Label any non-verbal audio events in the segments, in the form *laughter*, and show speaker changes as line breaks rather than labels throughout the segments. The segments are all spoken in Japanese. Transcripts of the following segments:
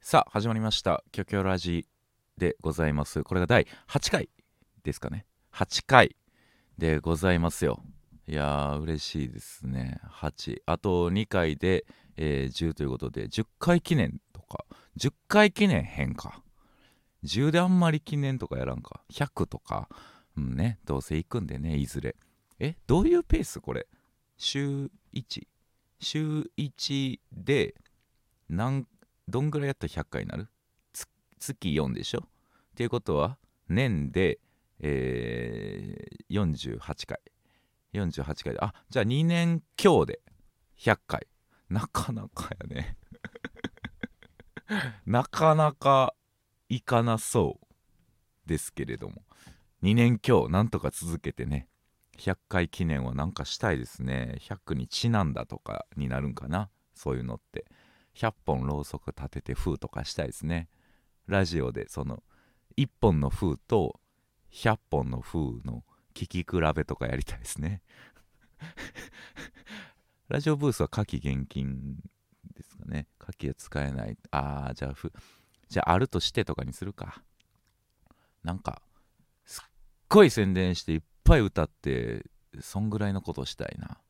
さあ始まりました「キョキョラジ」でございますこれが第8回ですかね8回でございますよいやー嬉しいですね8あと2回で、えー10ということで10回記念とか10回記念編か10であんまり記念とかやらんか100とかうんねどうせ行くんでねいずれえどういうペースこれ週 1? 週1で何どんぐらいやったら100回になるつ月4でしょっていうことは年で、えー、48回48回であじゃあ2年強で100回なかなかやね *laughs* なかなかいかなそうですけれども2年強なんとか続けてね100回記念はなんかしたいですね100にちなんだとかになるんかなそういうのって100本ろうそく立てて封とかしたいですねラジオでその1本の封と100本の封の聞き比べとかやりたいですね *laughs* ラジオブースは夏季厳禁ですかね夏季は使えないあーじゃあふじゃああるとしてとかにするかなんかすっごい宣伝していっぱい歌ってそんぐらいのことしたいな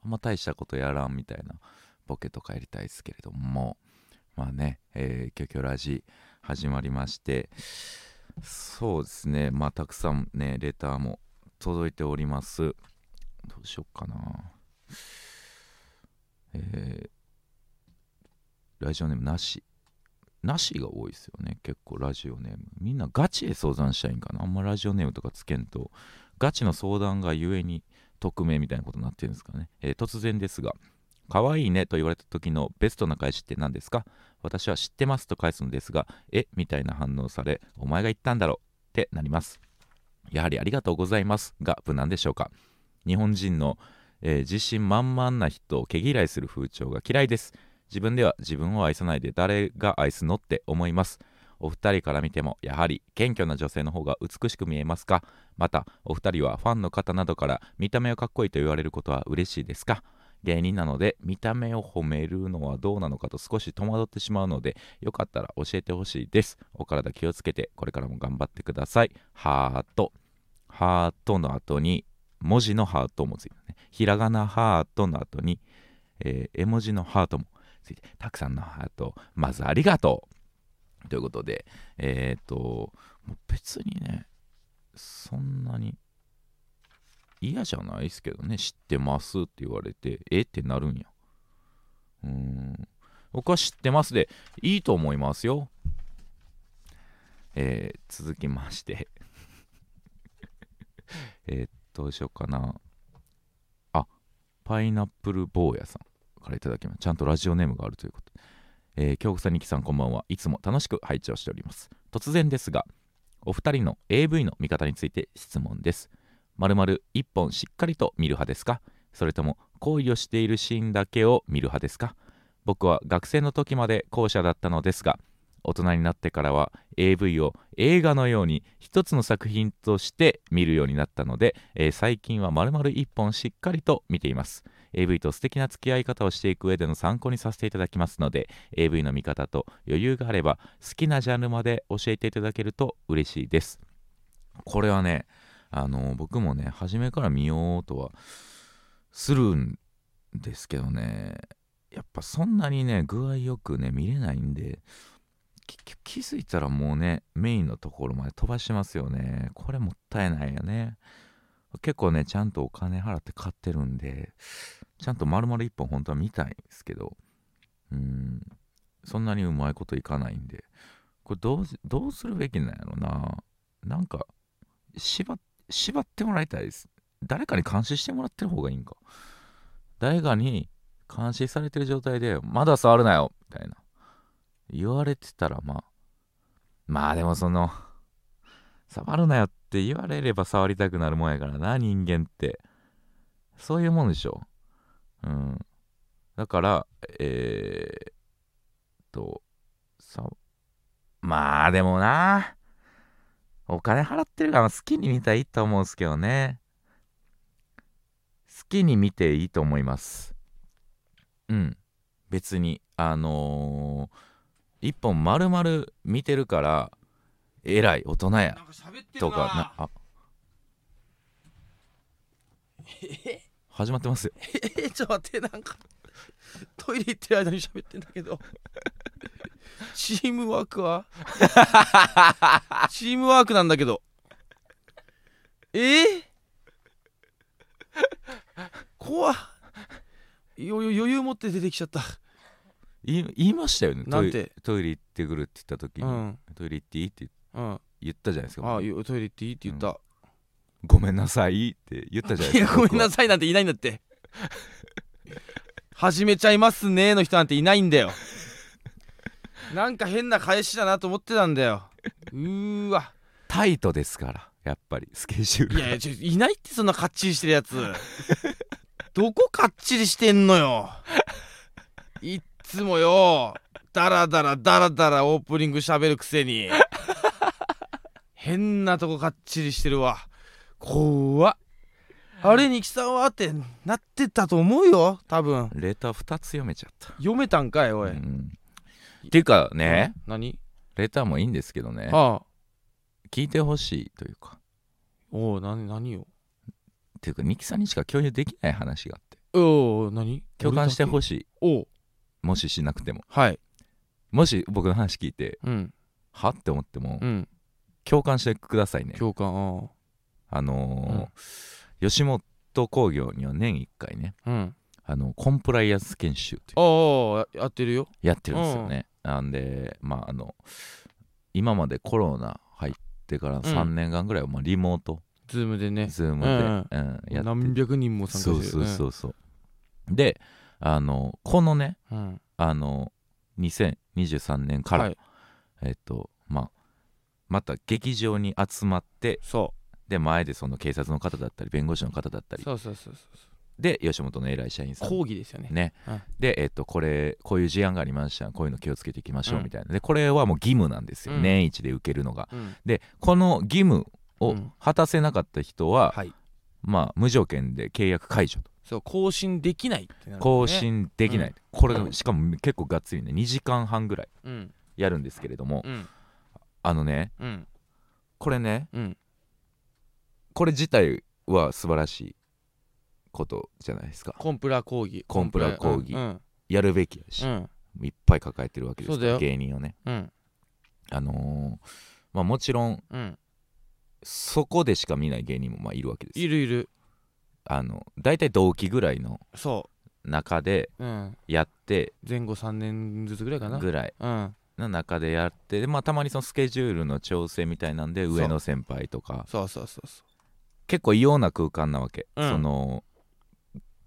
あんま大したことやらんみたいなボケとかやりたいですけれどもまあね「えー、キョキョラジ」始まりましてそうですねまあたくさんねレターも届いておりますどうしよっかなえー、ラジオネームなしなしが多いですよね結構ラジオネームみんなガチで相談したいんかなあんまラジオネームとかつけんとガチの相談がゆえに匿名みたいなことになってるんですかね、えー突然ですが可愛いねと言われた時のベストな返しって何ですか私は知ってますと返すのですが、えみたいな反応され、お前が言ったんだろうってなります。やはりありがとうございますが無難でしょうか。日本人の、えー自信満々な人を毛嫌いする風潮が嫌いです。自分では自分を愛さないで誰が愛すのって思います。お二人から見てもやはり謙虚な女性の方が美しく見えますかまたお二人はファンの方などから見た目はかっこいいと言われることは嬉しいですか芸人なので見た目を褒めるのはどうなのかと少し戸惑ってしまうのでよかったら教えてほしいですお体気をつけてこれからも頑張ってくださいハートハートの後に文字のハートもついてねひらがなハートの後に、えー絵文字のハートもついてたくさんのハートまずありがとうということでえっ、ともう別にねそんなに嫌じゃないですけどね知ってますって言われてえってなるんやうーん僕は知ってますでいいと思いますよえー続きまして *laughs* えーどうしようかなあパイナップル坊やさんからいただきますちゃんとラジオネームがあるということでえー京子さん、にきさんこんばんはいつも楽しく拝聴しております突然ですがお二人の AV の見方について質問ですまるまる一本しっかりと見る派ですかそれとも行為をしているシーンだけを見る派ですか僕は学生の時まで後者だったのですが大人になってからは AV を映画のように一つの作品として見るようになったので、えー最近はまるまる一本しっかりと見ています AV と素敵な付き合い方をしていく上での参考にさせていただきますので AV の見方と余裕があれば好きなジャンルまで教えていただけると嬉しいですこれはねあの僕もね初めから見ようとはするんですけどねやっぱそんなにね具合よくね見れないんできき気づいたらもうねメインのところまで飛ばしますよねこれもったいないよね結構ねちゃんとお金払って買ってるんでちゃんと丸々一本本当は見たいんですけどうんそんなにうまいこといかないんでこれどうしどうするべきなんやろななんか縛っ縛ってもらいたいです。誰かに監視してもらってる方がいいんか。誰かに監視されてる状態で、まだ触るなよみたいな。言われてたら、まあ、まあでもその、触るなよって言われれば触りたくなるもんやからな、人間って。そういうもんでしょ。うん。だから、えー、っと、さ、まあでもな、お金払ってるから好きに見たらいいと思うんですけどね。好きに見ていいと思います。うん。別に、あのー一本丸々見てるから偉い大人や
なんか喋ってる
と
な
かなあ始まってますよ
え *laughs* ちょっと待ってなんかトイレ行ってる間に喋ってんだけど *laughs* チームワーク *laughs* はチームワークなんだけどえー、怖っよ余裕持って出てきちゃった
い言いましたよねトイ
なんて
トイレ行ってくるって言った時
う
に、
ん
トイレ行っていいって
うん
言ったじゃないですか
あよトイレ行っていいって言った、
ごめんなさいって言ったじゃない
い
で
や
すか
*laughs* ごめん
僕は
なさいなんていないんだ
*laughs*
って始めちゃいますねの人なんていないんだよなんか変な返しだなと思ってたんだようーわ
タイトですからやっぱりスケジュール
い
が
やいやちょいないってそんなかっちりしてるやつどこかっちりしてんのよいっつもよダラダラダラダラオープニング喋るくせに変なとこかっちりしてるわ怖っあれにきさんはってなってたと思うよ多分
レター2つ読めちゃった
読めたんかいおい、
うんっていうかね
何
レターもいいんですけどね
ああ
聞いてほしいというか
おお何何よ
っていうかニキさんにしか共有できない話があって
おお何
共感してほ
しい
しい
おう
もししなくても
はい
もし僕の話聞いて
うん
はって思っても
うん
共感してくださいね
共感
あのー吉本興業には年1回ね
ああうん
あのコンプライアンス研修っていう
ああやってるよ
やってるんですよね。なんでまああの今までコロナ入ってから3年間ぐらいはまあリモート、
ズームでね
ズームで、うんやって
何百人も参加して
そ
るよ
う
ね
そうそうそう。であのこのね
うん
あの2023年から、
はい
えっとまあまた劇場に集まって
そ
で前でその警察の方だったり弁護士の方だった
う
り
そうそうそうそう
で吉本の偉い社員さん
講義ですよね
ね、
うん
で、えっとこれこういう事案がありましたこういうの気をつけていきましょ
う
うんみたいな、でこれはもう義務なんですよ、
うん
年一で受けるのが
うん
でこの義務
う
を
ん
果たせなかった人は、
はい
まあ無条件で契約解除と、
そう更新できないってなる
更新できない、
うん
これがしかも結構がっつりね2時間半ぐらい
うん
やるんですけれども、
うん
あのね
うん
これね
うん
これ自体は素晴らしいことじゃないですか
コンプラ講義
コンプラ講義
うん
やるべきやし
う、ん
いっぱい抱えてるわけですか
そ
ら
うだ
芸人をね
うん
あのーまあもちろん
うん
そこでしか見ない芸人もまあいるわけです
い
よ
るいる
あの大体同期ぐらいの
そ
中で
ううん
やって
前後3年ずつぐらいかな
ぐらい
うん
の中でやってで、まあ、たまにそのスケジュールの調整みたいなんで
そう
上の先輩とか
そうそうそうそ
結構異様な空間なわけ、
うん
その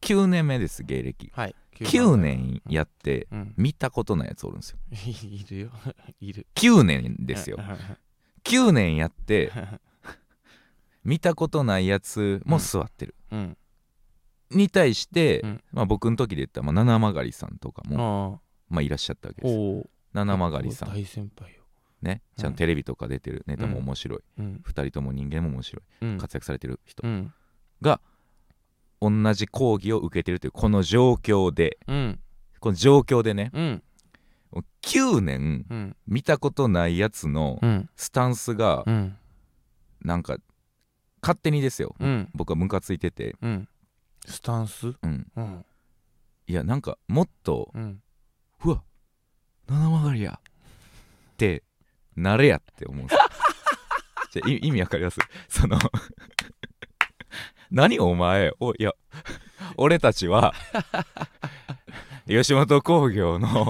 9年目です芸歴
うはい
9年やって
うん *laughs*
見たことないやつおるんですよ
いるよ *laughs* いる
9年ですよ
うん
9年やって見たことないやつも座ってる、
*laughs* うん
に対して、
うん
まあ、僕の時で言ったら、まあ、七曲りさんとか
ああ
も、まあ、いらっしゃったわけですよ
おお
七曲りさん
大先輩よ
ね
うん
ちゃんとテレビとか出てるネタも面白い、
うん
二人とも人間も面白
うん
い活躍されてる人
う、ん
同じ講義を受けてるというこの状況で
うん
この状況でね
うん
9年
うん
見たことないやつの
うん
スタンスが
うん
なんか勝手にですよ、
うん
僕はムカついてて、
うんスタンス
うん、
うん
いやなんかもっと
うん
「うわ七曲りや」ってなれやって
*laughs*
思うんですよじゃあい意味わかりますその何お前おいや俺たちは吉本興業の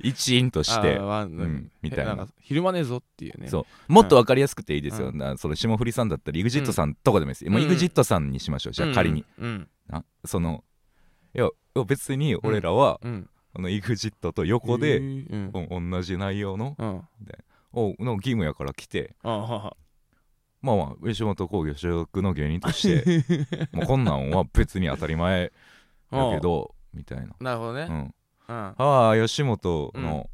一員として
あー、まあ
んみたいな
なんか昼間ねえぞっていうね
そうもっとわかりやすくていいですよ、
うん
なその霜降りさんだったり EXIT さんとかでもいいです、もう
うん
EXIT さんにしましょうじゃあ仮に、
うん
なそのいやいや別に俺らは、
うん
あの EXIT と横で、
うん
うん同じ内容の
うん
おの義務やから来て
あはは
まあまあ吉本興業所属の芸人として
*laughs*
もうこんなんは別に当たり前だけ
*laughs*
どみたいな、
なるほど
う
ね
ん、
うん
ああ吉本の、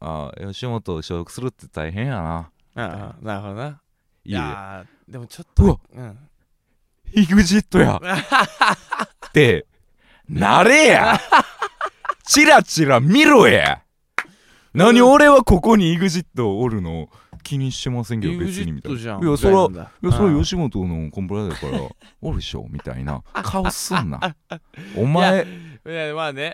ああ吉本所属するって大変やな
ああなるほどないい
いえ
やーでもちょっ
うわ
とうん
イグジットやってなれやチラチラ見ろや何俺はここに EXIT おるの気にしてませんけど別にみたい
EXIT
な。
じゃん
いやそら
みたない
やそれ
うん
吉本のコンプラだから *laughs* おるでしょみたいな顔すん *laughs* な。お前
いやまあね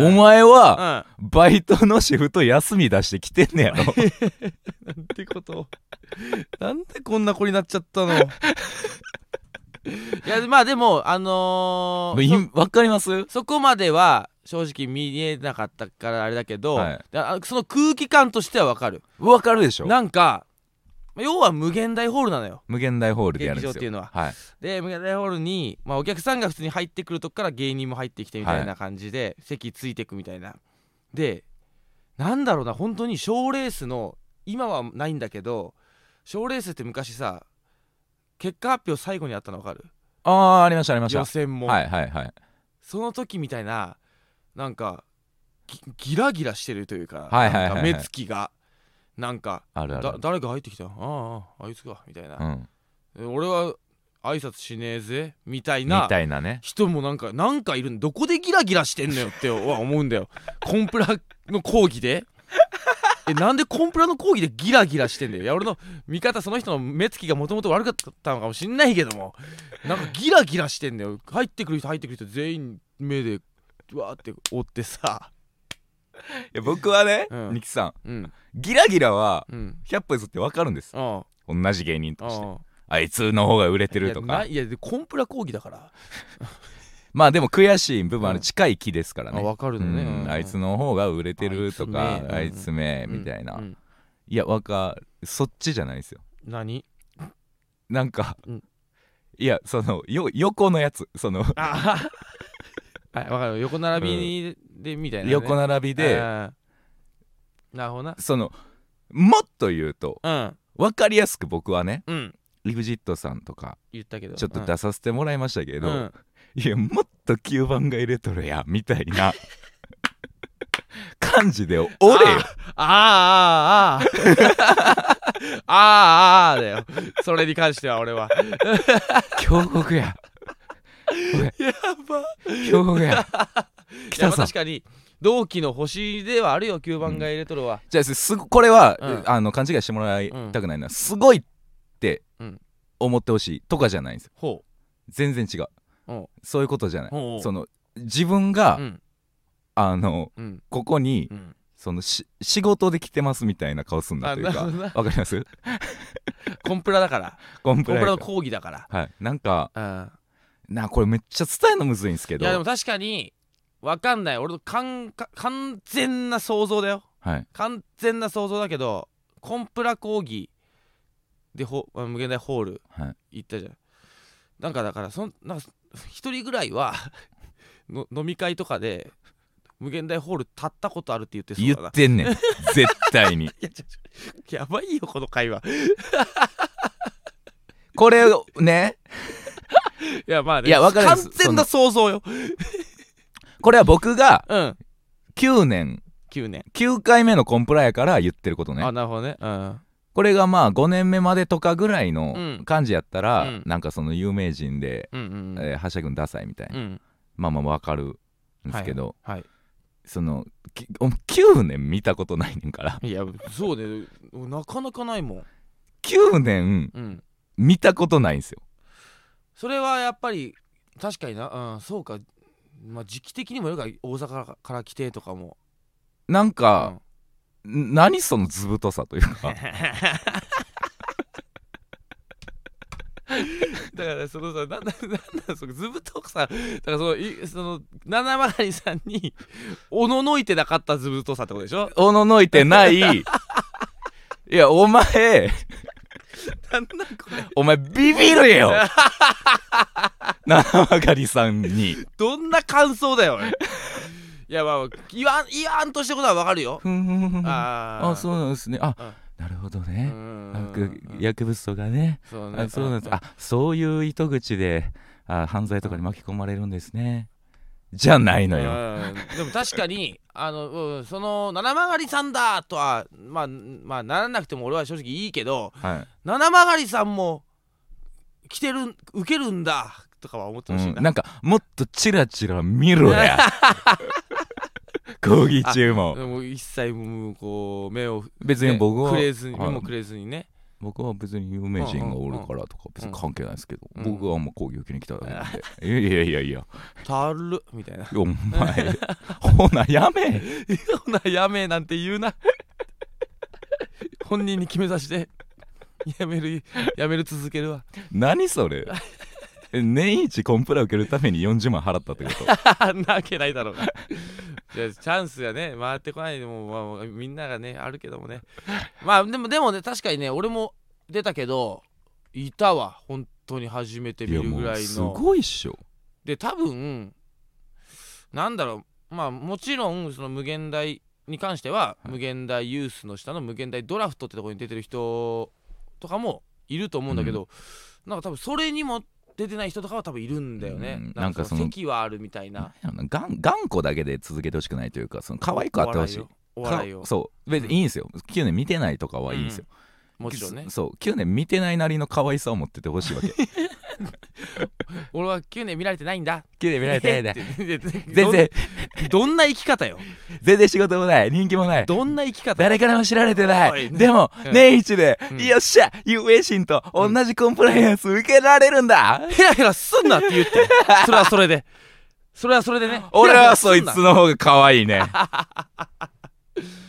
うん
お
うん
前
うん
は
な
バイトのシフト休み出してきてんねや *laughs* ろ。
んてことをなんでこんな子になっちゃったの *laughs* いやまあでもあのー、
い *laughs* わかります
そこまでは正直見えなかったからあれだけど、
はい
だあその空気感としてはわかる
わかるでしょ
なんかま要は無限大ホールなのよ
無限大ホールでやるん
劇場っ
です
てい
よ。
うのは
はい、
で無限大ホールに、まあ、お客さんが普通に入ってくるとこから芸人も入ってきてみたい
は
な感じで、席ついてくみたいなでなんだろうな本当に賞ーレースの今はないんだけど賞ーレースって昔さ結果発表最後にあったの分かる
ああありましたありました
予。選も、
はいはいはい
その時みたいななんかギギラギラしてるというか,、
はいはいはいはい
なんか目つきがなんか
あるあ
だ
る。
誰が入ってきたあああいつかみたいな
う、ん、
え俺は挨拶しねえぜみたい
み
な
たいなね。
人もなんかなんかいるんどこでギラギラしてんのよっては思うんだよ *laughs* コンプラの講義でえなんでコンプラの講義でギラギラしてんだよいや俺の見方その人の目つきがもともと悪かったのかもしんないけどもなんかギラギラしてんだよ入ってくる人入ってくる人全員目でうわーって追ってさ
いや僕はね、
うん
ニキさん
うん
ギラギラは
うん
100歩譲ってわかるんです。
あ
同じ芸人
あ
として。
あ
あいつの方が売れて
あ
ると
いやな
か
いやでコンプラ講義だから、
まあでも悔しい部分あ
う
る
ん
近い木ですから
あ
ね
分かる
う
のね、
んあいつ
の
の方が売れてるとかあ
あ
い
い
つ
つ
めみたいないやわかるそっちじゃないですよ
何
なんか
うん
いやそのよ横のやつその
*laughs* あはい、わかる横並びにでみたいな、ね、
横並びで
あーなるほどな
そのもっと言うと
うん
分かりやすく僕はね
うん
EXIT さんとか
言ったけど
ちょっと出させてもらいましたけ
け
ど、いやもっと吸盤が入れとるやんみたいな *laughs* 感じで折れよ
あーあーあーあーあーだよそれに関しては俺は
強国や
やば
強国や北さん
確かに同期の星ではあるよ9番が入れとるわ、
じゃあすすごこれは、
うん
あの勘違いしてもらいたくないな、すごいって
うん
思ってほしいとかじゃないんですよ
ほ
全然違う
うほ
そういうことじゃな
う
い
ほう
その自分が、
うん
あの
うん
ここに、
うん
そのし仕事で来てますみたいな顔すんだ
あ
という
なる
か
ほどな
わかります *laughs*
コンプラだから
コン
コ
プ
ン
ライ
プラ
ア
の
ンス
講義だから
はいなんか
うん
なこれめっちゃ伝えるのむずいんですけ
い
ど
やでも確かにわかんない俺の完か完全な想像だよ
はい
完全な想像だけどコンプラ講義でほあ無限大ホール
はい
行ったじゃんなんかだからそんなんか一人ぐらいは *laughs* の飲み会とかで無限大ホール立ったことあるって言ってそ
言
うだな
ってんねん絶対に
いやちょちょやばいよこの会話
これをね
いやまあね
いやわかるんで
完
す
全な想像よ
これは僕が
うん
9年
9年、
9回目のコンプラやから言ってることね
あなるほどねうん
これがまあ5年目までとかぐらいうの
ん
感じやったら、
うん
なんかその有名人で、
うんうんうん
えー、はしゃぐんダサいみたいな、
うん
まあまあわかるんですけど、
はい
そのきお9年見たことないねんから
いやそうねなかなかないもん
9年
うん
見たことないんですよ
それはやっぱり確かにな、うん、そうか、まあ、時期的にもよるから大阪からから来てとかも、
なん
う
か、
ん、
ん何その図太さというか
*laughs*
*laughs*
だからそのさなんだなんだそのずぶとくさだからそのいその七曲りさんにおののいてなかったずぶとさってことでしょ
おののいてない
*laughs*
いやお前
なんだこれ
お前ビビる
*laughs*
よ七曲りさんに
どんな感想だよおいいやまあ言わん言わんとしたことはわかるよ
ふんふんふんふん
あー
あそうなんですねあ、
うん
なるほど
う
ね、なんか
ん
薬物とかね、
そう
あそうなんです、
あ
あそういう糸口であ犯罪とかに巻き込まれるんですね、じゃないのよ、
うんでも確かに *laughs* あの、うんその七曲りさんだとはまあまあならなくても俺は正直いいけど
は
七曲りさんも来てる受けるんだとかは思っ
い
て
う
ほしい
ん
な、、 *laughs*
なんかもっとチラチラ見ろや講義中も
もう一切もうこう目を、ね、
別に僕は
くれずに
はい
目もくれずにね
僕は別に有名人がおるからとか別に関係ないですけど、
うんうん
僕はあんま講義受けに来ただけなんで、いやいやいやい
*laughs*
や
「たる」みたいな *laughs*
お前ほなやめ
「ほなやめ」なんて言うな *laughs* 本人に決めさせてやめるやめる続けるわ
何そ
*laughs*
れえ年一コンプラ受けるために40万払ったってこと
あんなわけないだろ *laughs* うがじゃあチャンスがね回ってこないでも、まあ、みんながねあるけどもねまあでもでもね確かにね俺も出たけどいたわ本当に初めて見
いや
る
も
ぐら
う
い
す
の
ごいっしょ
で多分なんだろうまあもちろんその無限大に関しては、
はい
無限大ユースの下の無限大ドラフトってとこに出てる人とかもいると思うんだけど、なんか多分それにも出てない人とかは多分いるんだよ
う
ね、
ん
なんかそ
なんかそ
の
の
席はあるみたいな
なんやろな頑頑固だけで続けてほしくないというかその可愛くあってほしい
お笑いをお笑いを
かそう別にいいんですよ、9年見てないとかはいいんですよ、
もちろんね
そそう9年見てないなりの可愛さを持っててほしいわ
*laughs*
け
俺は9年見られてないんだ
9年見られてない
*laughs* 全
全然
どんな生き方よ
全然仕事もない人気もない
どんな生き方
誰からも知られてな
おい
いでも
うん
年一で
うん
よっしゃ有名人と同じコンプライアンス受けられるんだ
ヘラヘラすんなって
*laughs*
言ってそれはそれでそれはそれでね
俺はそい
ヘラ
つ
ヘラ
の方が可愛いね
すんなだか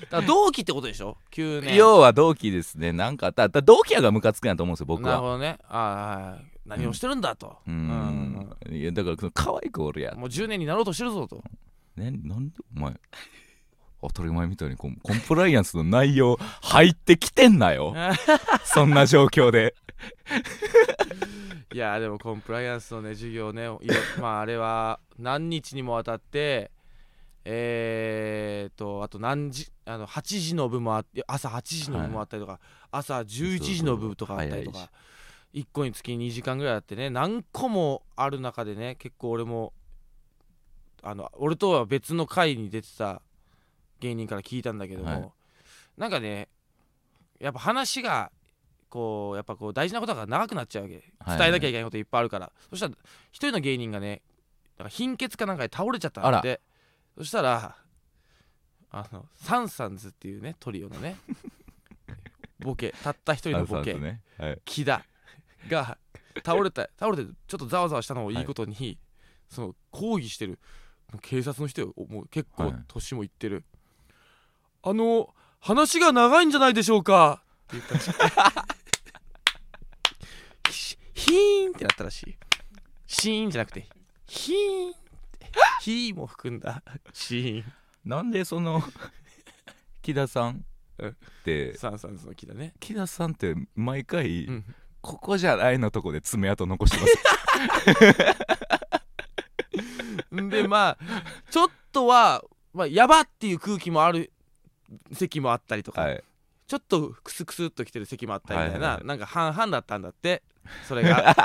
ら同期ってことでしょ9年
要は同期ですねなんかあっただから同期やがムカつくんやと思うんですよ僕
なるほ
は
どねああ何をしてるんだと
う
うん
んいやだからその可愛くおるやん
もう10年になろうとしてるぞと
ね、なんでお前当たり前みたいにコンコンプライアンスの内容入ってきてんな
*laughs*
よそんな状況で
いやーでもコンプライアンスのね授業ねいろ *laughs* まああれは何日にもわたってえー、とあと何時あの8時の部もあって朝8時の部もあったりとか、朝11時の部とかあったりと
そうそうそう早
か1個につき2時間ぐらいあってね何個もある中でね結構俺もあの俺とは別の会に出てた芸人から聞いたんだけども、
はい
なんかねやっぱ話がこうやっぱこう大事なことが長くなっちゃうわけ
はい
伝えなきゃいけないこといっぱいあるから、そしたら一人の芸人がねなんか貧血かなんかで倒れちゃったんでそしたらあのサンサンズっていうねトリオのねボケたった一人の
あ
ボケ、
そうですねはい、
木田が倒れた倒れてちょっとざわざわしたのをいいことに、その抗議してるもう警察の人よもう結
は
構
い
年もいってる、あの話が長いんじゃないでしょうかって言ったらしいひひーんってなったらしいシーンじゃなくてひーんってひーも含んだシ
なんでその *laughs* 木田さん
うん
って
ーンサンサンズの木田ね、
木田さんって毎回、
うん
ここじゃないのとこで爪痕残してます
*laughs* んでまあちょっとは、まあ、やばっていう空気もある席もあったりとか、
はい
ちょっとクスクスっときてる席もあったりみたいな、
はいはいはい
なんか半々だったんだってそれ
*laughs*
が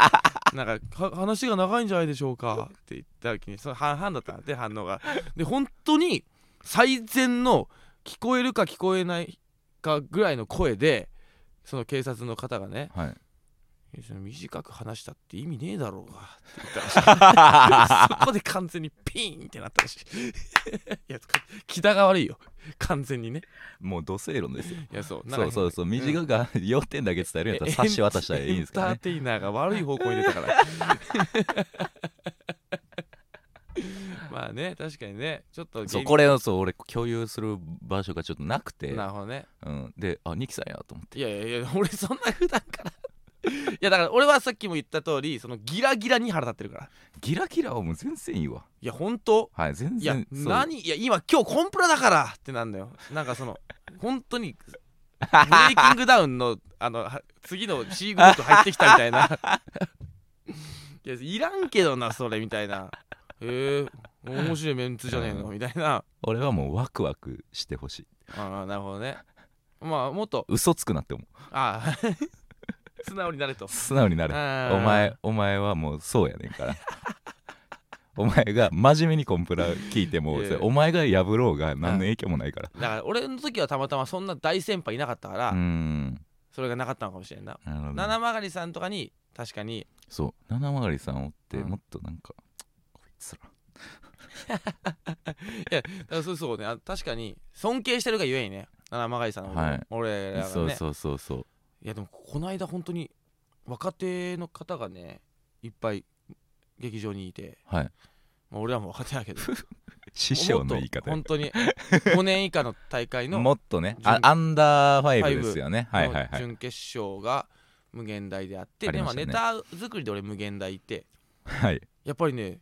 なんかは話が長いんじゃないでしょうかって言った時にその半々だったんだって反応がで本当に最善の聞こえるか聞こえないかぐらいの声でその警察の方がね
はい
「その短く話したって意味ねえだろうが」って言ったらしいそこで完全にピーンってなったらしいいや木田が悪いよ完全にね *laughs*
もう土星論ですよ
いやそう *laughs* な
そ
んか
うそうそう短く、要点だけ伝えるんやったら
え
差し渡したらいいんですけど
エン
ね
ターテイナーが悪い方向に出たからまあね確かにねちょっと
そう
れ
これをそう俺共有する場所がちょっとなくて
なるほどね
うん、であニキさんやと思って
いやいやいや俺そんな普段からいやだから俺はさっきも言った通りそのギラギラに腹立ってるから
ギラギラはもう全然いいわ
いや本当
はい全
いや
然そう
何いや今今日コンプラだからってなんだよなんか
*laughs*
その本当にブレイキングダウンのあのは次の C グループ入ってきたみたいな
*laughs*
いやいらんけどなそれみたいなへえ面白いメンツじゃねえのみたいな
俺はもうワクワクしてほしい
ああなるほどねまあもっと
嘘つくなって思う
ああ *laughs* 素直になれと
素直にな
お
れお前お前はもうそうやねん
*laughs*
からお前が真面目にコンプラ聞いても
いや
それお前が破ろうが何の影響もないから
だから俺の時はたまたまそんな大先輩いなかったから、
うーん
それがなかったのかもしれんな、
なるほど
七曲さんとかに確かに
そう七曲さんおって
うん
もっとなんかこいつら
らそうそうねあ確かに尊敬してるがゆえにね七曲りさんのこと、
はい
俺らがね
そうそうそうそう
いやでもこの間本当に若手の方がねいっぱい劇場にいて、
はい
まあ、俺らも若手だけど
*laughs* 師匠の言い方
もっと本当に5年以下の大会の
もっとねあ
準
アンダーファイブですよねはいはい
の
はい
準決勝が無限大であって
あり
で
ま
ま
し
あ
たね
ネタ作りで俺無限大行って
はい
やっぱりね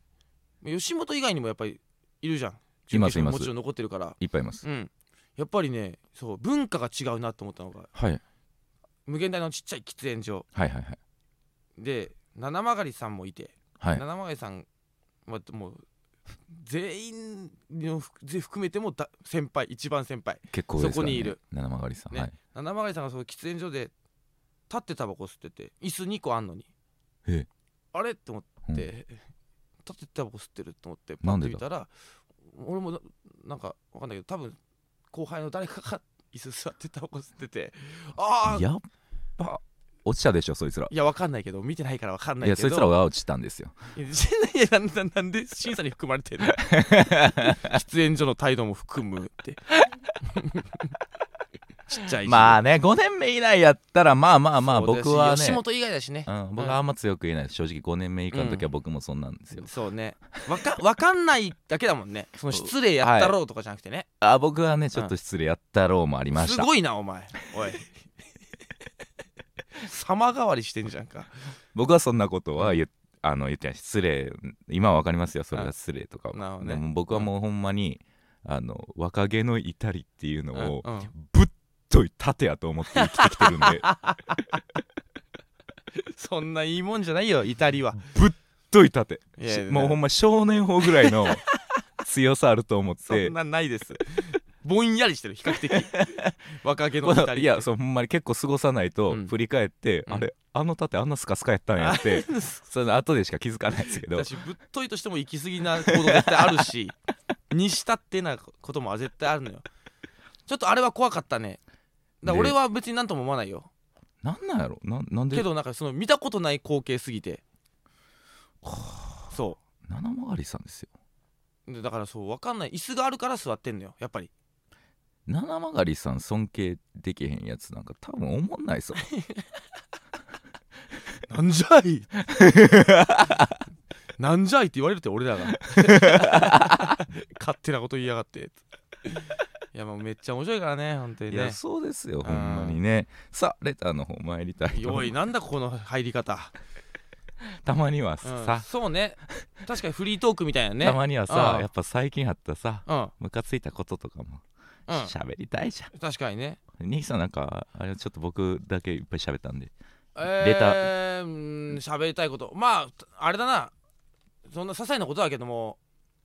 吉本以外にもやっぱりいるじゃん
います
準決勝
い
も
ます
もちろん残ってるから
いっぱいいます
うんやっぱりねそう文化が違うなと思ったのが
はい
無限大のちっちゃい喫煙所
はいはいはい
で七曲りさんもいて
はい
七曲りさんはもう全員のふぜ含めてもだ先輩一番先輩
結構です
そ
から
こ
ね
にいる
七曲りさん
ね
はい
七曲りさんがその喫煙所で立ってタバコ吸ってて椅子2個あんのに
え
あれって思って、
う
立ってタバコ吸ってると思ってパ
な
ッ
ん
と
で
見
だ
たら俺もななんかわかんないけど多分後輩の誰かが椅子座ってタバコ吸っててああ
やっぱ落ちたでしょそいつら
いやわかんないけど見てないからわかんな
い
いけ
や
ど
そいつらは落ちたんですよ
いやいやなんなんなんで審査に含まれ
*laughs*
てるの喫煙所の態度も含むって
*laughs*
ちっちゃいし
まあね5年目以内やったらまあまあまあ
そうだし
僕はね
吉本以外だしね
うん、僕はあんま強く言えないです正直5年目以下の時は僕もそんなんですよ、
そうねわかわかんないだけだもんねその失礼やったろうとかじゃなくてね、
あ僕はねちょっと失礼やったろうもありまし
す
た、
ごいなお前
*laughs*
おい様変わりしてんじゃんか
僕はそんなことは言っあの言ってない失礼今は分かりますよそれが失礼とかは
なるほどね
でも僕はもうほんまに、あの若気の至りっていうのを
うんうん
ぶっとい盾やと思って生きてきてるんで
*laughs* そんないいもんじゃないよ至りは
ぶっとい盾
いやいや
もうほんま少年法ぐら
*laughs*
いの強さあると思っ
そ
て
んなんない
*laughs*
ですぼんやりしてる比較的若気
こ
の至りっ
の
て
いやそうほんまに結構過ごさないと
うん
振り返って、
うん
あれあの盾あんなスカスカやったんやって *laughs* その後でしか気づかないですけど
だしぶっといとしても行き過ぎな行動絶対ある *laughs* しにしたってなことも絶対あるのよちょっとあれは怖かったねだから俺は別になんとも思わないよ
なんなんやろなんなんで
けどなんかその見たことない光景すぎてそ
七曲りさんですよ
うでだからそう分かんない椅子があるから座ってんのよやっぱり
七曲りさん尊敬できへんやつなんか多分思んないぞ
なんじゃい *laughs* なんじゃいって言われるって俺らが *laughs* 勝手なこと言いやがっていやもうめっちゃ面白いからね本当に
い
ね
やそうですよほんまにねさあレターの方参りたいと思
おい
います
なんだこの入り方、
たまには
うん
さ、
そうね確かにフリートークみたいなね
たまには
あ
さ
あ
やっぱ最近あったさ
うん
ムカついたこととかも
う
喋りたいじゃん
ん確かにね
兄さんなんかあれちょっと僕だけいっぱい喋ったんで
えー、うん喋りたいことまああれだなそんな些細なことだけども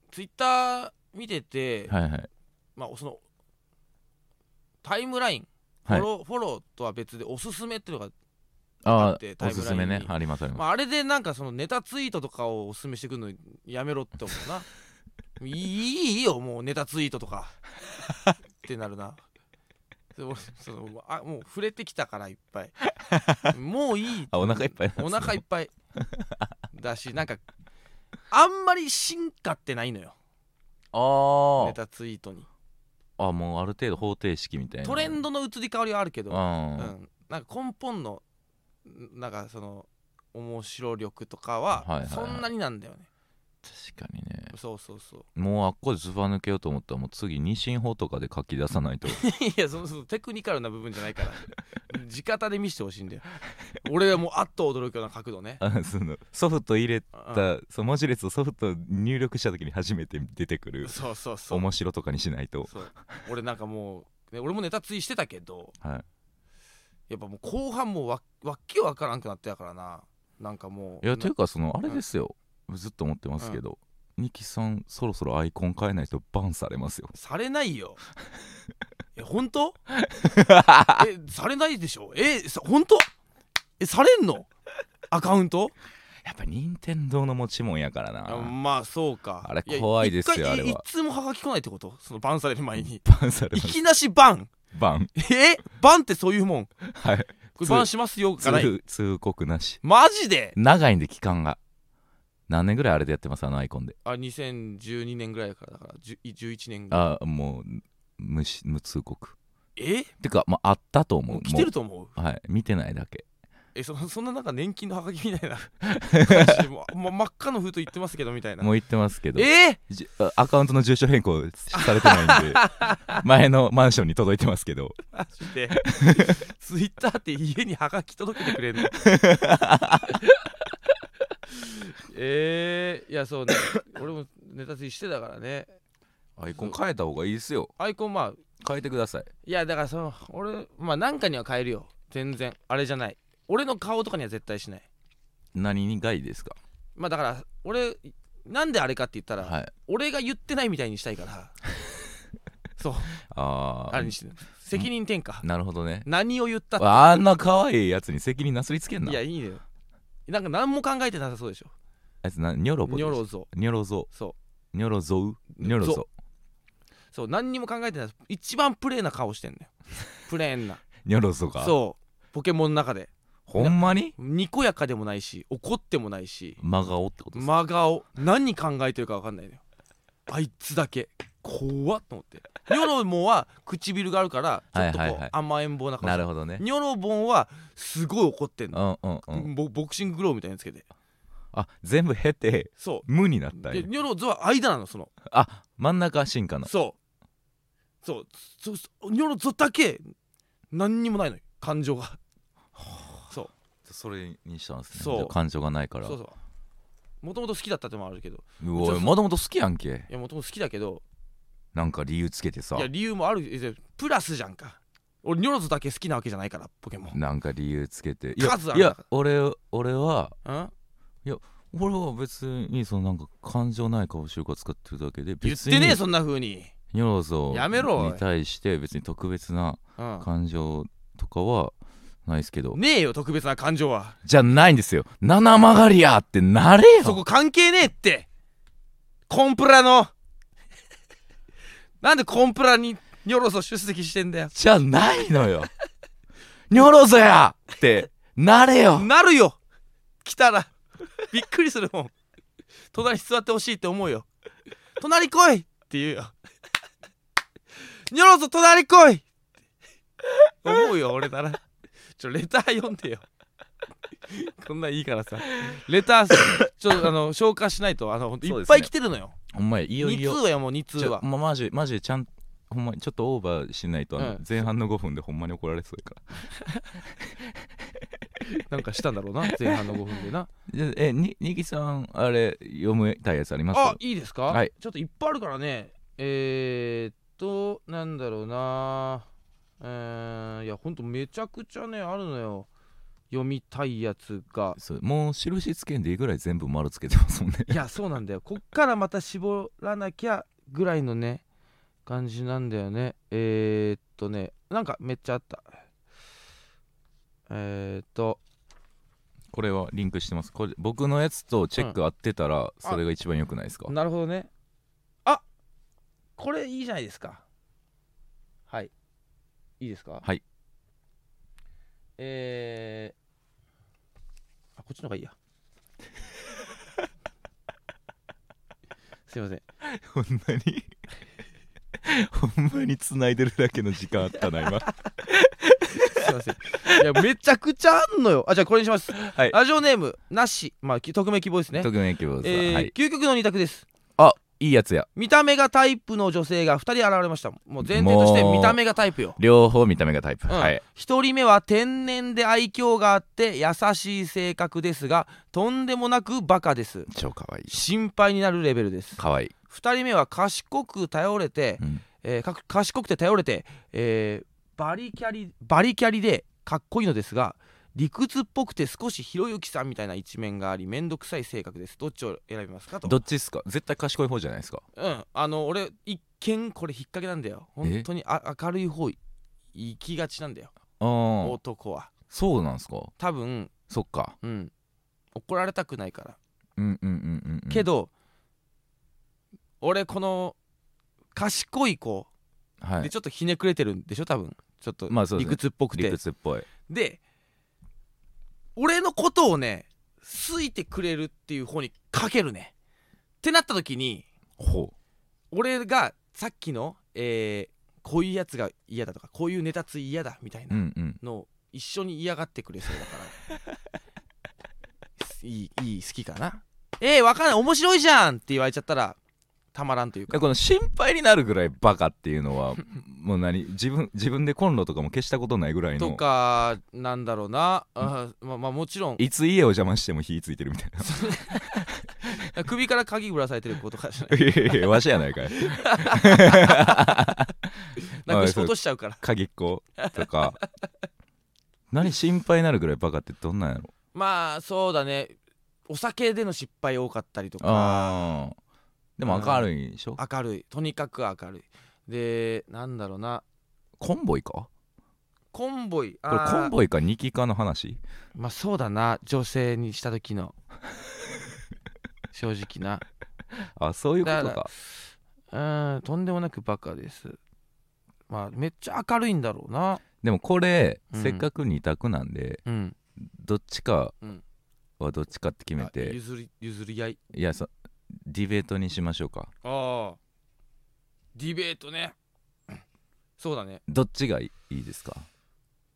ツイッター見てて、
はいはい
まあそのタイムラインフ
はい
ォロー、フォローとは別でおすすめっていうのが、だ
あ
って
あ
タ
お
イムラインに
すすめねありますありま
まあ、あれでなんかそのネタツイートとかをおすすめしてくるのやめろって思うな *laughs* いいいいよもうネタツイートとかってなるなでもそのあもう触れてきたからいっぱいもういい
すあお腹いっぱいなん
お
ですね
腹いっぱいだしなんかあんまり進化ってないのよ
あ
ネタツイートに
ああもうある程度方程式みたいな
トレンドの移り変わりはあるけど、
うん、
うん、なんか根本のなんかその面白力とかは
はいはいはい
そんなになんだよね、
確かにね
そうそうそう
もうあっこでずば抜けようと思ったらもう次二進法とかで書き出さない
*laughs*
と
いやそのそのテクニカルな部分じゃない
*laughs*
から直談で見せてほしいんだよ俺はもうあっと驚くような角度ね、
あそのソフト入れ
うん
た、その文字列をソフト入力した時に初めて出てくる
そうそうそう
面白とかにしないと
そう俺なんかもう、ね、俺もネタツイしてたけど、
は
やっぱもう後半もうわわっけわからんくなってやからななんかもう
い
い
やていうかそのあれですよ、ずっと思ってますけど、ニキさんそろそろアイコン変えないとバンされますよ
されな
*laughs*
いよえ本当えされないでしょえさ本当えされんのアカウント
やっぱ任天堂の持ち物やから
あ
な
まあそうか
あれ
や
怖いですよ
一回
あれはい
つもはがき来ないってことそのバンされる前に
バンされ
*laughs* い
ます
きなしバン
バン
えバンってそういうもんこ
はい
れバンしますよがない
通通告なし
マジで
長いんで期間が何年ぐらいあれでやってますあのアイコンで
あ2012年ぐらいからだから10 11年ぐらい
あもう無し無通告
え
てかまああったと思
も
う
う来て
も
ると思う
うはい見てないだけ
えそそんななんか年金のハガキ
*laughs*
みたいな感じでもうもう真っ赤の封筒言ってますけどみたいな
もう言ってますけど
え
じあアカウントの住所変更されてない *laughs* んで前のマンションに届いてますけど
マジでツイッターって家にハガキ届けてく
*laughs*
れんのえー、いやそうね俺もネタついしてたからね
アイコン変えた方がいいですよ
アイコンまあ
変えてください
いやだからその俺まあなんかには変えるよ全然あれじゃない俺の顔とかには絶対しない
何に害ですか
まあだから俺なんであれかって言ったら、
はい
俺が言ってないみたいにしたいから
*laughs*
そう
あ
あれ
あ
にして責任転嫁
なるほどね
何を言ったって
あんな可愛いやつに責任なすりつけんない
やいいのよなんか何も考えてなさそうでしょ
あいつなニョロボで
ニ
す
ョロゾ
ニョロゾ
そ
ウニョロゾウニョロゾ
ゾうそう何にも考えてない一番プレーな顔してんの
*laughs*
よプレーンな
ウニョロゾが
そうポケモンの中で
ほんまに
にこやかでもないし怒ってもないし
真顔ってことですか
真顔何考えてるか分かんないのよあいつだけ怖っと思ってニョロモは唇があるからちょっとこう、
はいはいはい
甘えん坊な顔し
な
て
るほどね
ニョロボンはすごい怒ってん
う
の、
んうんうん
ボボクシンググローブみたいなのつけて
あ全部経て
そ
無になっ
う
たん
で
や
ニョロゾは間なのその
あ真ん中は進化の
そうそうそうそうニョロゾだけ何にもないのよ感情がそう
それにしたんですね
そう
じゃあ感情がないから
そうそうもともと好きだったってのもあるけど
う
ちょ
わもともと好きやんけ
いやもともと好きだけど
なんか理由つけてさ
いや理由もあるえでプラスじゃんか俺ニョロゾだけ好きなわけじゃないからポケモン
なんか理由つけていや
数あ
い
る
や俺俺は
うん
俺は別にそのなんか感情ない顔してるから使ってるだけで
言っ
別に
てねえそんな風に
ニョロゾ
やめろおい
に対して別に特別な
うん
感情とかはないですけど
ねえよ特別な感情は
じゃないんですよ七曲がりやってなれ
そ
よ
こ関係ねえってコンプラのなんでコンプラにニョロゾ出席してんだよ
じゃないのよ *laughs* ニョロゾやってなれ
*laughs*
よ
なるよ来たら *laughs* びっくりするもん隣に座ってほしいって思うよ隣来いって言うよ *laughs* ニョロゾ隣来いって思うよ俺ならちょレター読んでよこんなんいいからさレター *laughs* ちょっとあの消化しないとあのほんと
そう
い
で
っ
すね
ぱい来てるのよ、
お前いよい
2
よ
通はよもう2通
ちょ
は
まマジマジでちゃんほんまにちょっとオーバーしないとあの
うん
前半の5分でほんまに怒られそうやから
なんかしたんだろうな前半の5分でな
じゃあえににぎさんあれ読めたいやつあります
あいいですか、
はい
ちょっといっぱいあるからねえー、っとなんだろうなうーんいやほんとめちゃくちゃねあるのよ読みたいやつが
そうもう印つけんでいいぐらい全部丸つけてますもんね *laughs*
いやそうなんだよこっからまた絞らなきゃぐらいのね感じなんだよねえー、っとねなんかめっちゃあったえー、っと
これはリンクしてますこれ僕のやつとチェック合ってたら
あ
それが一番良くないですか、
なるほどねあこれいいじゃないですかはいいいですか
はい
えー、あこっちの方がいいや *laughs* すいません
*laughs* ほんまに *laughs* ほんまに繋いでるだけの時間あった *laughs* な今
すいませんいやめちゃくちゃあんのよあじゃあこれにします、
い
ラジオネームなしまあき匿名希望ですね
特命希望さん、
えー
はい
究極の二択です
あいいやつや
見た目がタイプの女性が2人現れましたもう前提として
もう
見た目がタイプよ
両方見た目がタイプ、
うん
はい
1人目は天然で愛嬌があって優しい性格ですがとんでもなくバカです
超可愛い
心配になるレベルです
可愛い
2人目は賢く頼れて、
うん
えーか賢くて頼れて、えーバリキャリバリキャリでかっこいいのですが理屈っぽくて少しひろゆきさんみたいな一面があり面倒くさい性格ですどっちを選びますかと
どっちっすか絶対賢い方じゃないですか
うんあの俺一見これ引っ掛けなんだよ本当にあ明るい方行きがちなんだよ
あー
男は
そうなんすか
多分
そっか
うん、怒られたくないから、
うんうんうんうん、うん、
けど俺この賢い子
は
で
い
ちょっとひねくれてるんでしょ多分ちょっと
まあそうで
理
すね
屈っぽくて、
理屈っぽい
で俺のことをね好いてくれるっていう方にかけるねってなった時に
ほ
俺がさっきの、えーこういうやつが嫌だとかこういうネタつ嫌だみたいう
う
なん
うん
のを一緒に嫌がってくれそうだから *laughs* いいいい好きかなえー、わかんない面白いじゃんって言われちゃったらたまらんというか
この心配になるぐらいバカっていうのは *laughs* もう何自分自分でコンロとかも消したことないぐらい
と
の
かなんだろうなあーまあまあもちろん
いつ家を邪魔しても火ついてるみたいな *laughs*
*laughs* 首から鍵ぶらされてることかじゃない
いやいやいやわしやないかい
なくし落としちゃうから
鍵っ子とか *laughs* 何心配になるぐらいバカってどんなんやろ
まあそうだねお酒での失敗多かったりとか
ああでも明るいんでしょ
明るいとにかく明るいでなんだろうな
コンボイか
コンボイ
これ
あー
コンボイかニキかの話
まあそうだな女性にした時の正直な
あそういうこと
だか
から
うーんとんでもなくバカですまあめっちゃ明るいんだろうな
でもこれ、
うん
せっかく2択なんで
うん
どっちか
うん
はどっちかって決め
あ
て、
譲り譲り合い
いやそディベートにしましょうか
ああディベートねそうだね
どっちがいいですか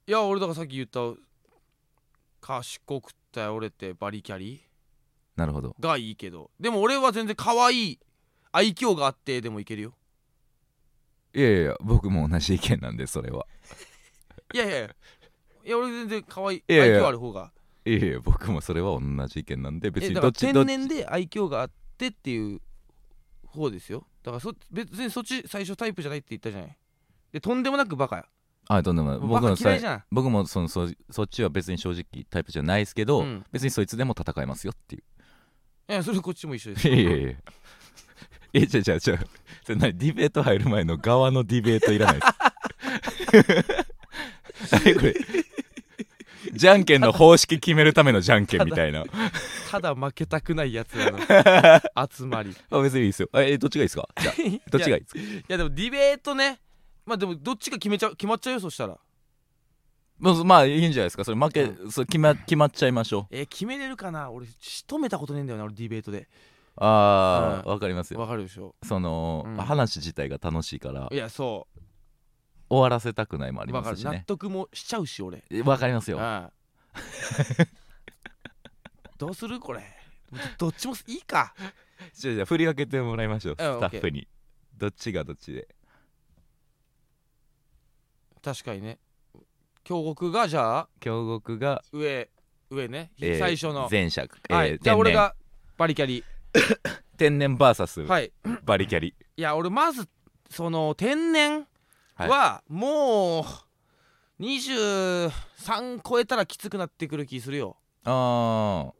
いや俺だからさっき言った賢くて俺ってバリキャリ
なるほど
がいいけどでも俺は全然可愛い愛嬌があってでもいけるよ
いやいやいや僕も同じ意見なんでそれはい
やいやいやいや俺全然可愛い
いやいや
愛嬌ある方が
いやいや僕もそれは同じ意見なんで別
え
に
だ
ど
か
っ
ら
ち
天
どっち
然で愛嬌があってっていう方ですよだからそ別にそっち最初タイプじゃないって言ったじゃないでとんでもなくバカや
あどんどん
バ
僕
カ
の
嫌いじゃん
僕もそのそそっちは別に正直タイプじゃないですけど、
うん
別にそいつでも戦えますよっていう
いやそれこっちも一緒です
いやいやいや。え、違う違う違う。それ何ディベート入る前の側のディベートいらないです。何これ。じゃんけんの方式決めるためのじゃんけんみたいな。
ただ負けたくないやつらの
*laughs*
集まり
あ別にいいですよ。あえ、どっちがいいですかじゃあどっちがいいですか
いやでもディベートねまあでもどっちが決めちゃう決まっちゃうよそしたら
まあ、まあ、いいんじゃないですか。それ負け、
う
それ決ま決まっちゃいましょう。
えー決めれるかな俺仕留めたことねえんだよな俺ディベートで
ああ、
うん
わかりますよ。
わかるでしょ
その、
うん
話自体が楽しいから
い、やそ
終わらせたくないもあ
う
り
わ
ま
か
す
る
し
納
ね。
得もしちゃうし俺
えわかりますよ。
ああ
*laughs*
どうするこれどっちもいいか
じゃあじゃあ振り分けてもらいましょう、
うん
スタッフに。どっちがどっちで。
確かにね京極がじゃあ
京極が、
上上ね、
えー
最初の、
前者、えー
はいじゃ
天
あ
然
俺がバリキャリ
天然 VS
はい
バリキャリ、
いや俺まずその天然
はい
はもう23超えたらきつくなってくる気するよ
ああ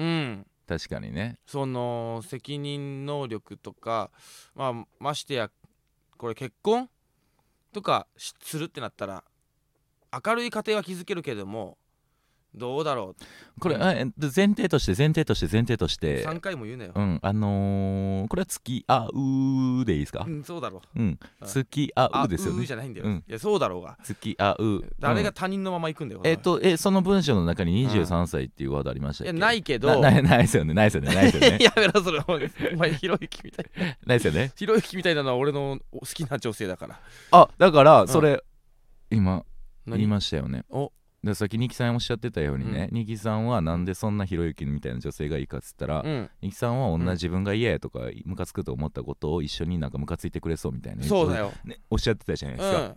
うん
確かにね
その責任能力とかまあましてやこれ結婚とかしするってなったら明るい家庭は築けるけどもどうだろ
これ、
うん
あえっと前提として前提として前提とし
う
て
3回も言うなよ
うんあのーこれは付き合うでいいですか
うんそうだろう
うん、
うん
付き合
あ
うですよ
う
ね
じゃないんだよ
うん
いやそうだろうが
付き合う
誰
う
が
ん
他人のまま行くんだよ
えっとえその文章の中に23歳っていうワードありました
い
っけ
やないけど
なないないですよねないですよねないですよね
*laughs* やめろそれお前お前ひろゆきみたい
ないですよね
ひろゆきみたいなのは俺の好きな女性だから
あだからそれ、今言い
何
ましたよね
お
でさっきニキさんおっしゃってたようにね、ニキさんはなんでそんなひろゆきみたいな女性がいいかっつったら、
うん
ニキさんは
ん
女自分が嫌やとかムカつくと思ったことを一緒になんかムカついてくれそうみたいな
そうだ
よ、
よ
ね、おっしゃってたじゃないうで
ん
すか、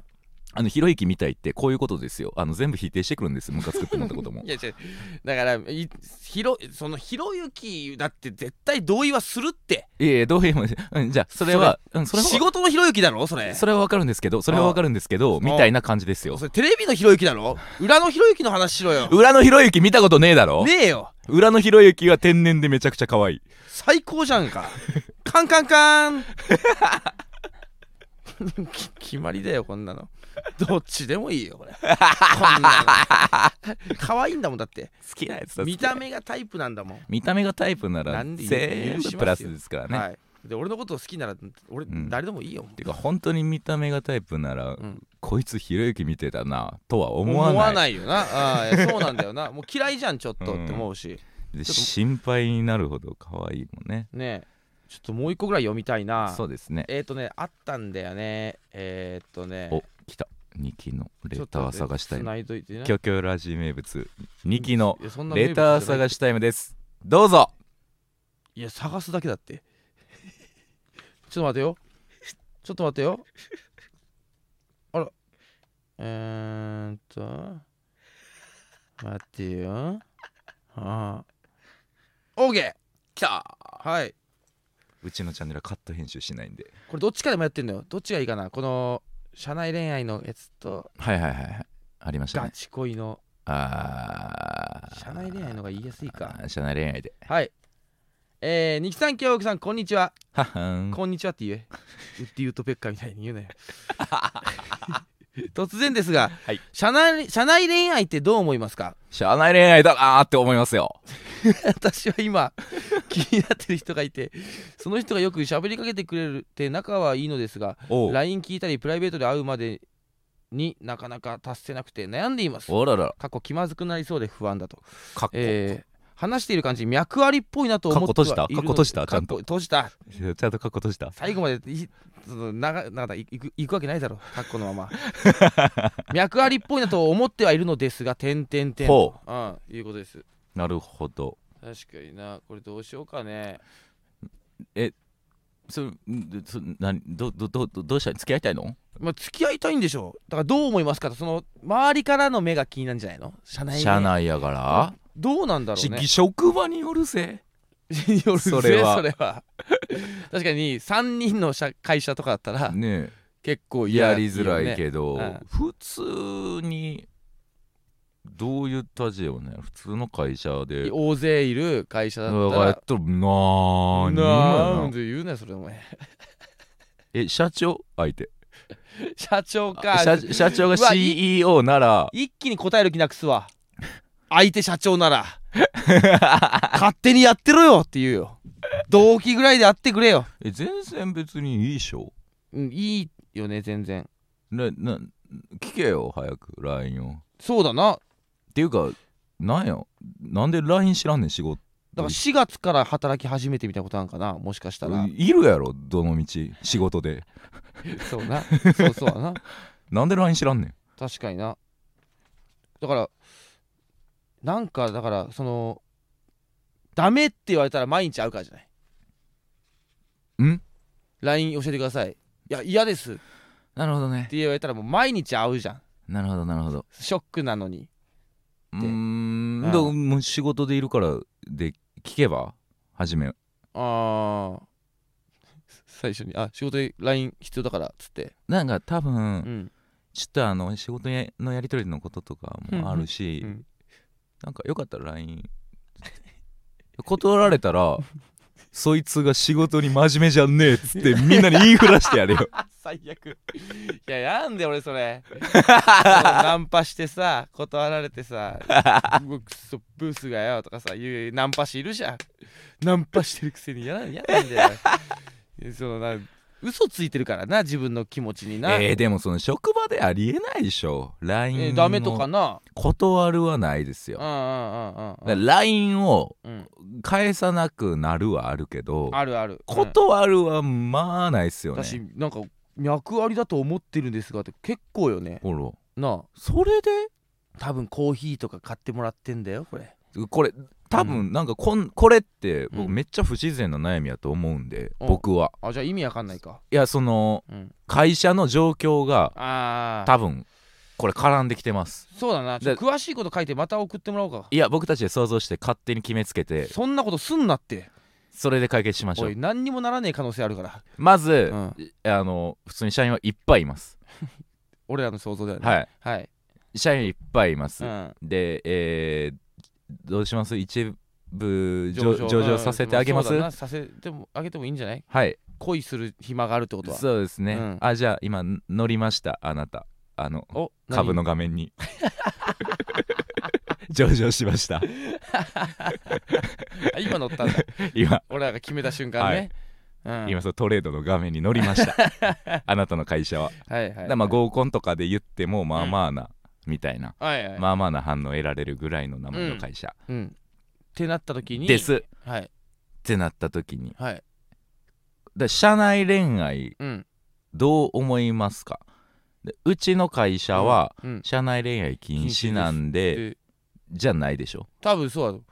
あのひろゆきみたいってこういうことですよあの全部否定してくるんですムカつくって思ったことも
いや違うだからいひろそのひろゆきだって絶対同意はするって
*laughs* いやいやどういうも、 *laughs* うん、じゃあそれはうんそれ
仕
は
事のひろゆきだろそれ
それは分かるんですけどそれは分かるんですけどみたいな感じですよ
それテレビのひろゆきだろ裏のひろゆきの話しろよ
裏のひろゆき見たことねえだろ、
ねえよ
裏のひろゆきは天然でめちゃくちゃ可愛い
最高じ
*laughs*
ゃんかカンカンカン *laughs* き決まりだよこんなのどっちでもいいよこれこんなの可愛いんだもんだって
好きなやつだ
見た目がタイプなんだもん、
見た目がタイプなら
なんで許
全
許
部
しますよ
プラスですからね、
はいで俺のことを好きなら俺、
うん
誰でもいいよ
てか本当に見た目がタイプなら、
ん
こいつひろゆき見てたなとは思わない *laughs*
よなああいやそうなんだよなもう嫌いじゃんちょっとって思うし、
で
ちょっと
心配になるほど可愛いもんね
ねえちょっともう一個ぐらい読みたいな
そうですね
えっ、ー、とねあったんだよねえっ、ー、とね
お来た2期のレター探したい
ないといてね
キョキョラジ名物2期のレター探
し
しタイムですどうぞ
いや探すだけだって *laughs* ちょっと待てよちょっと待てよあらえー、っと待ってよはあオーケー
来た
はいう
ちのチャンネルはカット編集しないんで
これどっちかでもやってんのよどっちがいいかなこの社内恋愛のやつと
はいはいはいはいありました
ガ
ね
チ恋の
あー
社内恋愛のが言いやすいか
あー社内恋愛で
はいえー、二木さん京極さんこんにちは
ははん
こんにちはって言
*laughs*
え。ウッディ・ウッドペッカーみたいに言うなよ。突然ですが、
はい
社内社内恋愛ってどう思いますか
社内恋愛だなーって思いますよ
私は
*laughs*
今気になってる人がいてその人がよく喋りかけてくれるって仲はいいのですが
おう
LINE 聞いたりプライベートで会うまでになかなか達せなくて悩んでいます
おらら
過去気まずくなりそうで不安だと
かっこ、
えー話している感じ脈ありっぽいなと思ってはい
過
るので
去閉じた過去閉じたちゃんと
過去閉じた
ちゃんとかっこ閉じた
最後までいその長長い行く行くわけないだろカッコのま
*laughs*
ま脈ありっぽいなと思ってはいるのですが点点点
ほ
う、うん、いうことです
なるほど
確かになこれどうしようかね
そんそなどどどどどうしたい付き合いたいの
まあ付き合いたいんでしょだからどう思いますかとその周りからの目が気になるんじゃないの社内
社内やから
どうなんだろうね
し職場によるぜ
よるぜ
それは
それは *laughs* 確かに3人の社会社とかだったら
ね
結構
え
嫌
やりづらいけど、
うん
普通にどういった味よね普通の会社
言う
で
よね大勢いる会社だっ
だ
た
からや
ら
ったらなーにも
な
や
ん
な
で言うねそれお前 *laughs*
え社長相手
社長か
あ社社長が
うわ
CEO なら
一気に答える気なくすわ相手社長なら
*laughs*
勝手にやってろよって言うよ同期ぐらいで会ってくれよ、
え全然別にいいでしょ
うん、いいよね全然
なな聞けよ早く LINE をっ
そうだな
ていうかなんやなんで LINE 知らんねん仕事
だから4月から働き始めてみたいなことなんかなもしかしたら
いるやろどの道仕事で
そうなそうそうだな
なんで LINE 知らんねん
確かになだからなんかだからそのダメって言われたら毎日会うからじゃない
ん
?LINE 教えてくださいいや嫌ですって
なるほどね
言われたらもう毎日会うじゃん
なるほどなるほど
ショックなのに
う
で
ーん
ああ
でももう仕事でいるからで聞けば初め
ああ最初にあ仕事で LINE 必要だからっつって
なんか多
う
分
ん
ちょっとあの仕事やのやり取りのこととかもあるし、
うん
なんかよかったら LINE *laughs* 断られた
*laughs*
らそいつが仕事に真面目じゃねえっつってみんなに言いふらしてやれよ
あ最悪いややんで俺
*laughs*
それそのナンパしてさ断られてさ「うわくそブスがよ」とかさ言うナンパ師いるじゃんナンパしてるくせに嫌なん嫌な
*laughs*
んだよいやそのな嘘ついてるからな自分の気持ちに *laughs* な、
えー、でもその職場でありえないでしょ LINE
え
の
ダメとかな
断るはないです
うん
よ
うんうんうん
だから LINE を
うん
返さなくなるはあるけど
あるあるうん
断るはまあないっすよね
私なんか脈ありだと思ってるんですがって結構よね
ほら
なあ
それで
多分コーヒーとか買ってもらってんだよこれ
これ多分なんかこんこれって
う
僕
ん
めっちゃ不自然な悩みやと思うんで、
うん
僕は
あじゃあ意味わかんないか
いやその
うん
会社の状況が
ああ
多分これ絡んできてます
そうだなちょっと詳しいこと書いてまた送ってもらおうか
いや僕たちで想像して勝手に決めつけて
そんなことすんなって
それで解決しましょ
お
う
い何にもならねえ可能性あるから、
まず
う、ん、
あの普通に社員はいっぱいいます
俺らの想像だよね
はい
はい、
社員いっぱいいます、
うん、
で、えーどうします一部上上場
うん
させてあげま
そう
す
だなさせてもあげてもいいんじゃない
はい
恋する暇があるってことは
そうですね、
うん
あじゃあ今乗りましたあなたあの
お何
株の画面に *laughs* 上場しました
あ今乗ったんだ
今
俺らが決めた瞬間ね、うん、
今そうトレードの画面に乗りました
*laughs*
あなたの会社は、
はいはい、
だ
はい、
からまあ合コンとかで言ってもまあまあな、みたいな
はいはい、
まあまあな反応得られるぐらいの名前の会社、
うん、てなった時に
ですっ
はい
てなった時に
はい
で社内恋愛
うん
どう思いますかでうちの会社は
うん
社内恋愛禁止なんで
で
じゃないでしょ
多分そうだと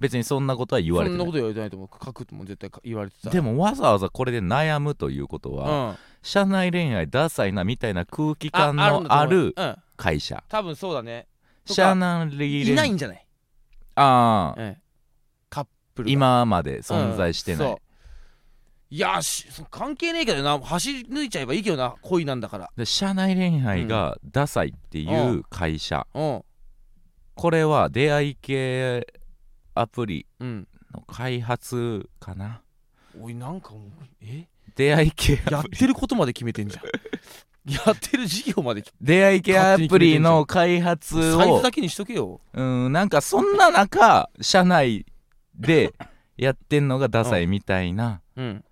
別にそんなことは言われて
そん
な
ないこと言われてないと思う書くとも絶対言われてた
でもわざわざこれで悩むということ
うん
は、
あ
社内恋愛ダサいなみたいな空気感
あるん
の
だと思う
ある
うん
会社
多分そうだねとか
社内恋
いないんじゃない
ああ、
ええカップルが
今まで存在してない、
うんそういやしそう関係ねえけどな走り抜いちゃえばいいけどな恋なんだから
で社内恋愛がダサいっていう会社、
うん
これは出会い系アプリ
うん
の開発かな
おいなんかもう
*laughs*
え
出会い系
や
ア
っ
プリ
てることまで決めてん
*laughs*
じゃんやってる事業まで決
出会い系アプリの開発
めサイズ
を
だけにしとけよ
うんなんかそんな中社内でやってんのがダサいみたいな、
うん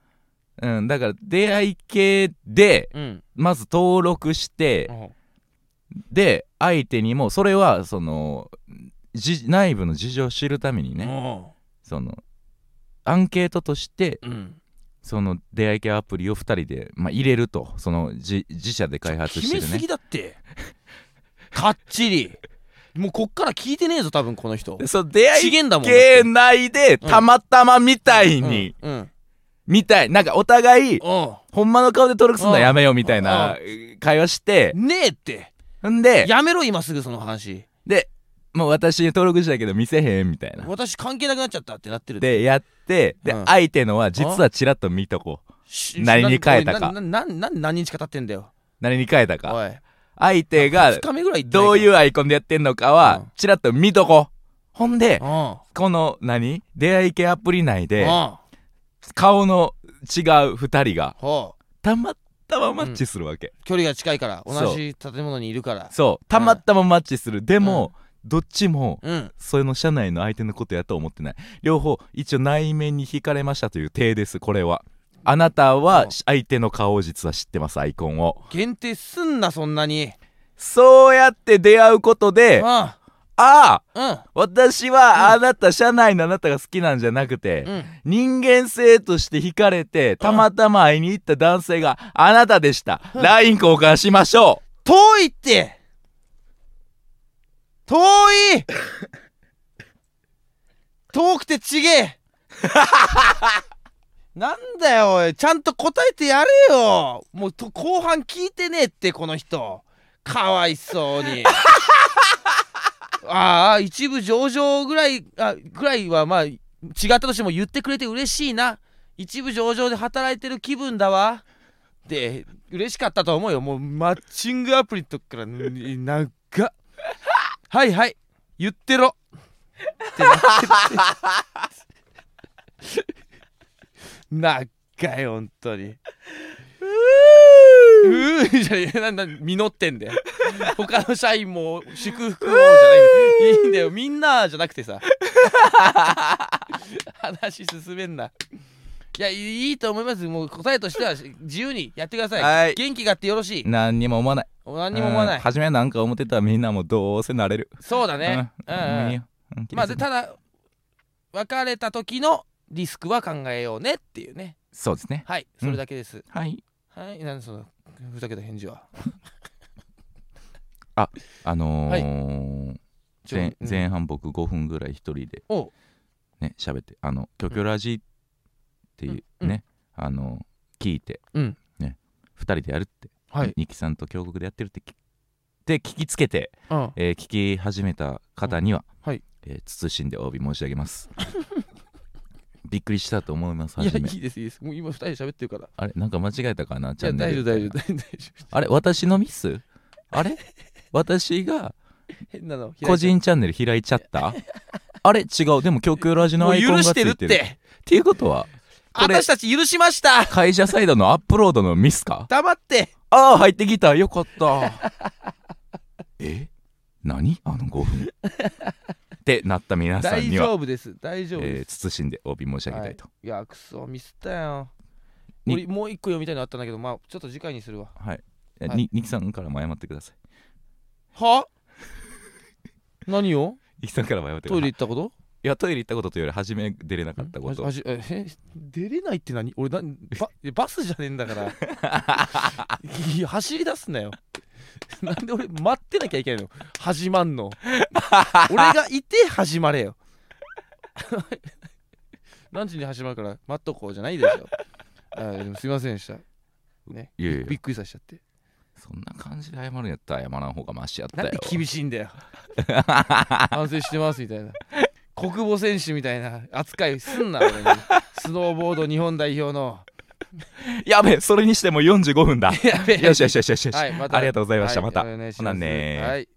うん、だから出会い系で
うん
まず登録して
うん
で相手にもそれはそのじ内部の事情を知るためにねそのアンケートとして
うん
その出会い系アプリを2人で、まあ、入れるとその自自社で開発してる
決めす
ね
ぎだってかっちりもうこっから聞いてねえぞ多分こ
*laughs*
の人
でそう出
資
会い
源だもん
系内でたまたまみたいに、
うんうん
みたいなんかお互い
うん
ほんまの顔で登録すんのやめようみたいな会話して
ねえって
んで
やめろ今すぐその話
でもう私登録したけど見せへんみたいな
私関係なくなっちゃったってなってる
でやってで、
うん
相手のは実はちらっと見とこう
し
*laughs* 何に変えたか
なななな何日か経ってんだよ
何に変えたか
おい
相手が
2日目ぐらい行って
どういううアイコンでやってんのか
う
は
ん
ちらっと見とこうほんで
うん
この何出会い系アプリ内で
うん
顔の違う2人が
ほう
たまたまマッチするわけ、
距離が近いから
そう
同じ建物にいるから
そうたまたまマッチするでも、どっちも
うん
それの社内の相手のことやとは思ってない両方一応内面に惹かれましたという体ですこれはあなた
う
は
ん
相手の顔を実は知ってますアイコンを
限定すんなそんなに
そうやって出会うこと
う
で
ん
あ
うん
あ私はあなた、社内のあなたが好きなんじゃなくて、
うん
人間性として惹かれてたまたま会いに行った男性があなたでした、LINE 交換しましょ
遠いって遠い遠くてちげえなんだよおいちゃんと答えてやれよもうと後半聞いてねえってこの人かわいそうにああ一部上場ぐらいあぐらいはまあ違ったとしても言ってくれて嬉しいな一部上場で働いてる気分だわで嬉しかったと思うよもうマッチングアプリとかからんなんかはいはい言ってろってなっててなんかよ本当にうーじゃねえなんだ実ってんだよ他の社員も祝福をじゃないいいんだよみんなじゃなくてさ話進めんないやいいと思いますもう答えとしては自由にやってください、
はい
元気があってよろしいう
何にも思わない
何にも思わな
うん
い
初めはなんか思ってたらみんなもどうせなれる
そうだね
うん
うんうん
いいようん気に
まあ
せ
で
ん
ただ別れた時のリスクは考えようねっていうね
そうですね
はいそれだけです、
はい
はいなんでそのふざけた返事は
あのー
ちょ
前
うん
前半僕5分ぐらい一人で
おう
ね喋ってあの「キョキョラジ」っていう
うん
ね、あの聞いて、
うん
ね2人でやるって、
はい
ニキさんと峡谷でやってるって聞で聞きつけて、
うん
えー聞き始めた方には、
うんはい
えー慎んでお詫び申し上げます
*laughs*
びっくりしたと思います
い
*laughs*
や
初め
いいですいいですもう今二人で喋ってるから
あれなんか間違えたかなチ
じゃ
ャ
あ
ンネ
大丈
ル
夫大丈夫大丈夫 *laughs*
あれ私のミスあれ私が
変なの開いちゃう
個人チャンネル開いちゃった
*laughs*
あれ違うでも極ラジの
も
ア
う
イコン
許
がつ
し
いて
て
る
る
っ
ってて
いうことはこれ
私たち許しました
会社サイドのアップロードのミスか
黙って
ああ入ってきたよかった
*laughs*
え何あの5分ってなった皆さん
大
には、
丈夫です大丈夫
え
で
ー、
す、
慎んでお詫び申し上げたいと、
いやクソミスったよ
に
俺もう一個読みたいのあったんだけどまあちょっと次回にするわ
はいえ
はい
にニキさんからも謝ってください
は何を
ニキさんからも謝ってく
ト
*laughs* ださ
イレ
い
行ったこと
いやトイレ行ったことというより初め出れなかったこ
は
と
じはじえ出れないって何俺なババスじゃねえんだから
*laughs*
いや走り出すなよ *laughs* なんで俺待ってなきゃいけないの始
*laughs*
まんの俺がいて始まれよ *laughs* 何時に始まるから待っとこうじゃないでしょあーでもすいませんでした
いやいや
びっくりさせちゃって
そんな感じで謝るんやったら謝らん方がマシやった
なん
よ
で厳しい
*laughs*
んだよ反省してますみたいな国母選手みたいな扱いすんな俺にスノーボード日本代
*laughs*
表の
やべえそれにしても45分だ
やべえ *laughs*
よしよしよしよしよし、
はいまた
ありがとうございました、
はい
また
お願いし
ほ
ま
な
す
ね
はい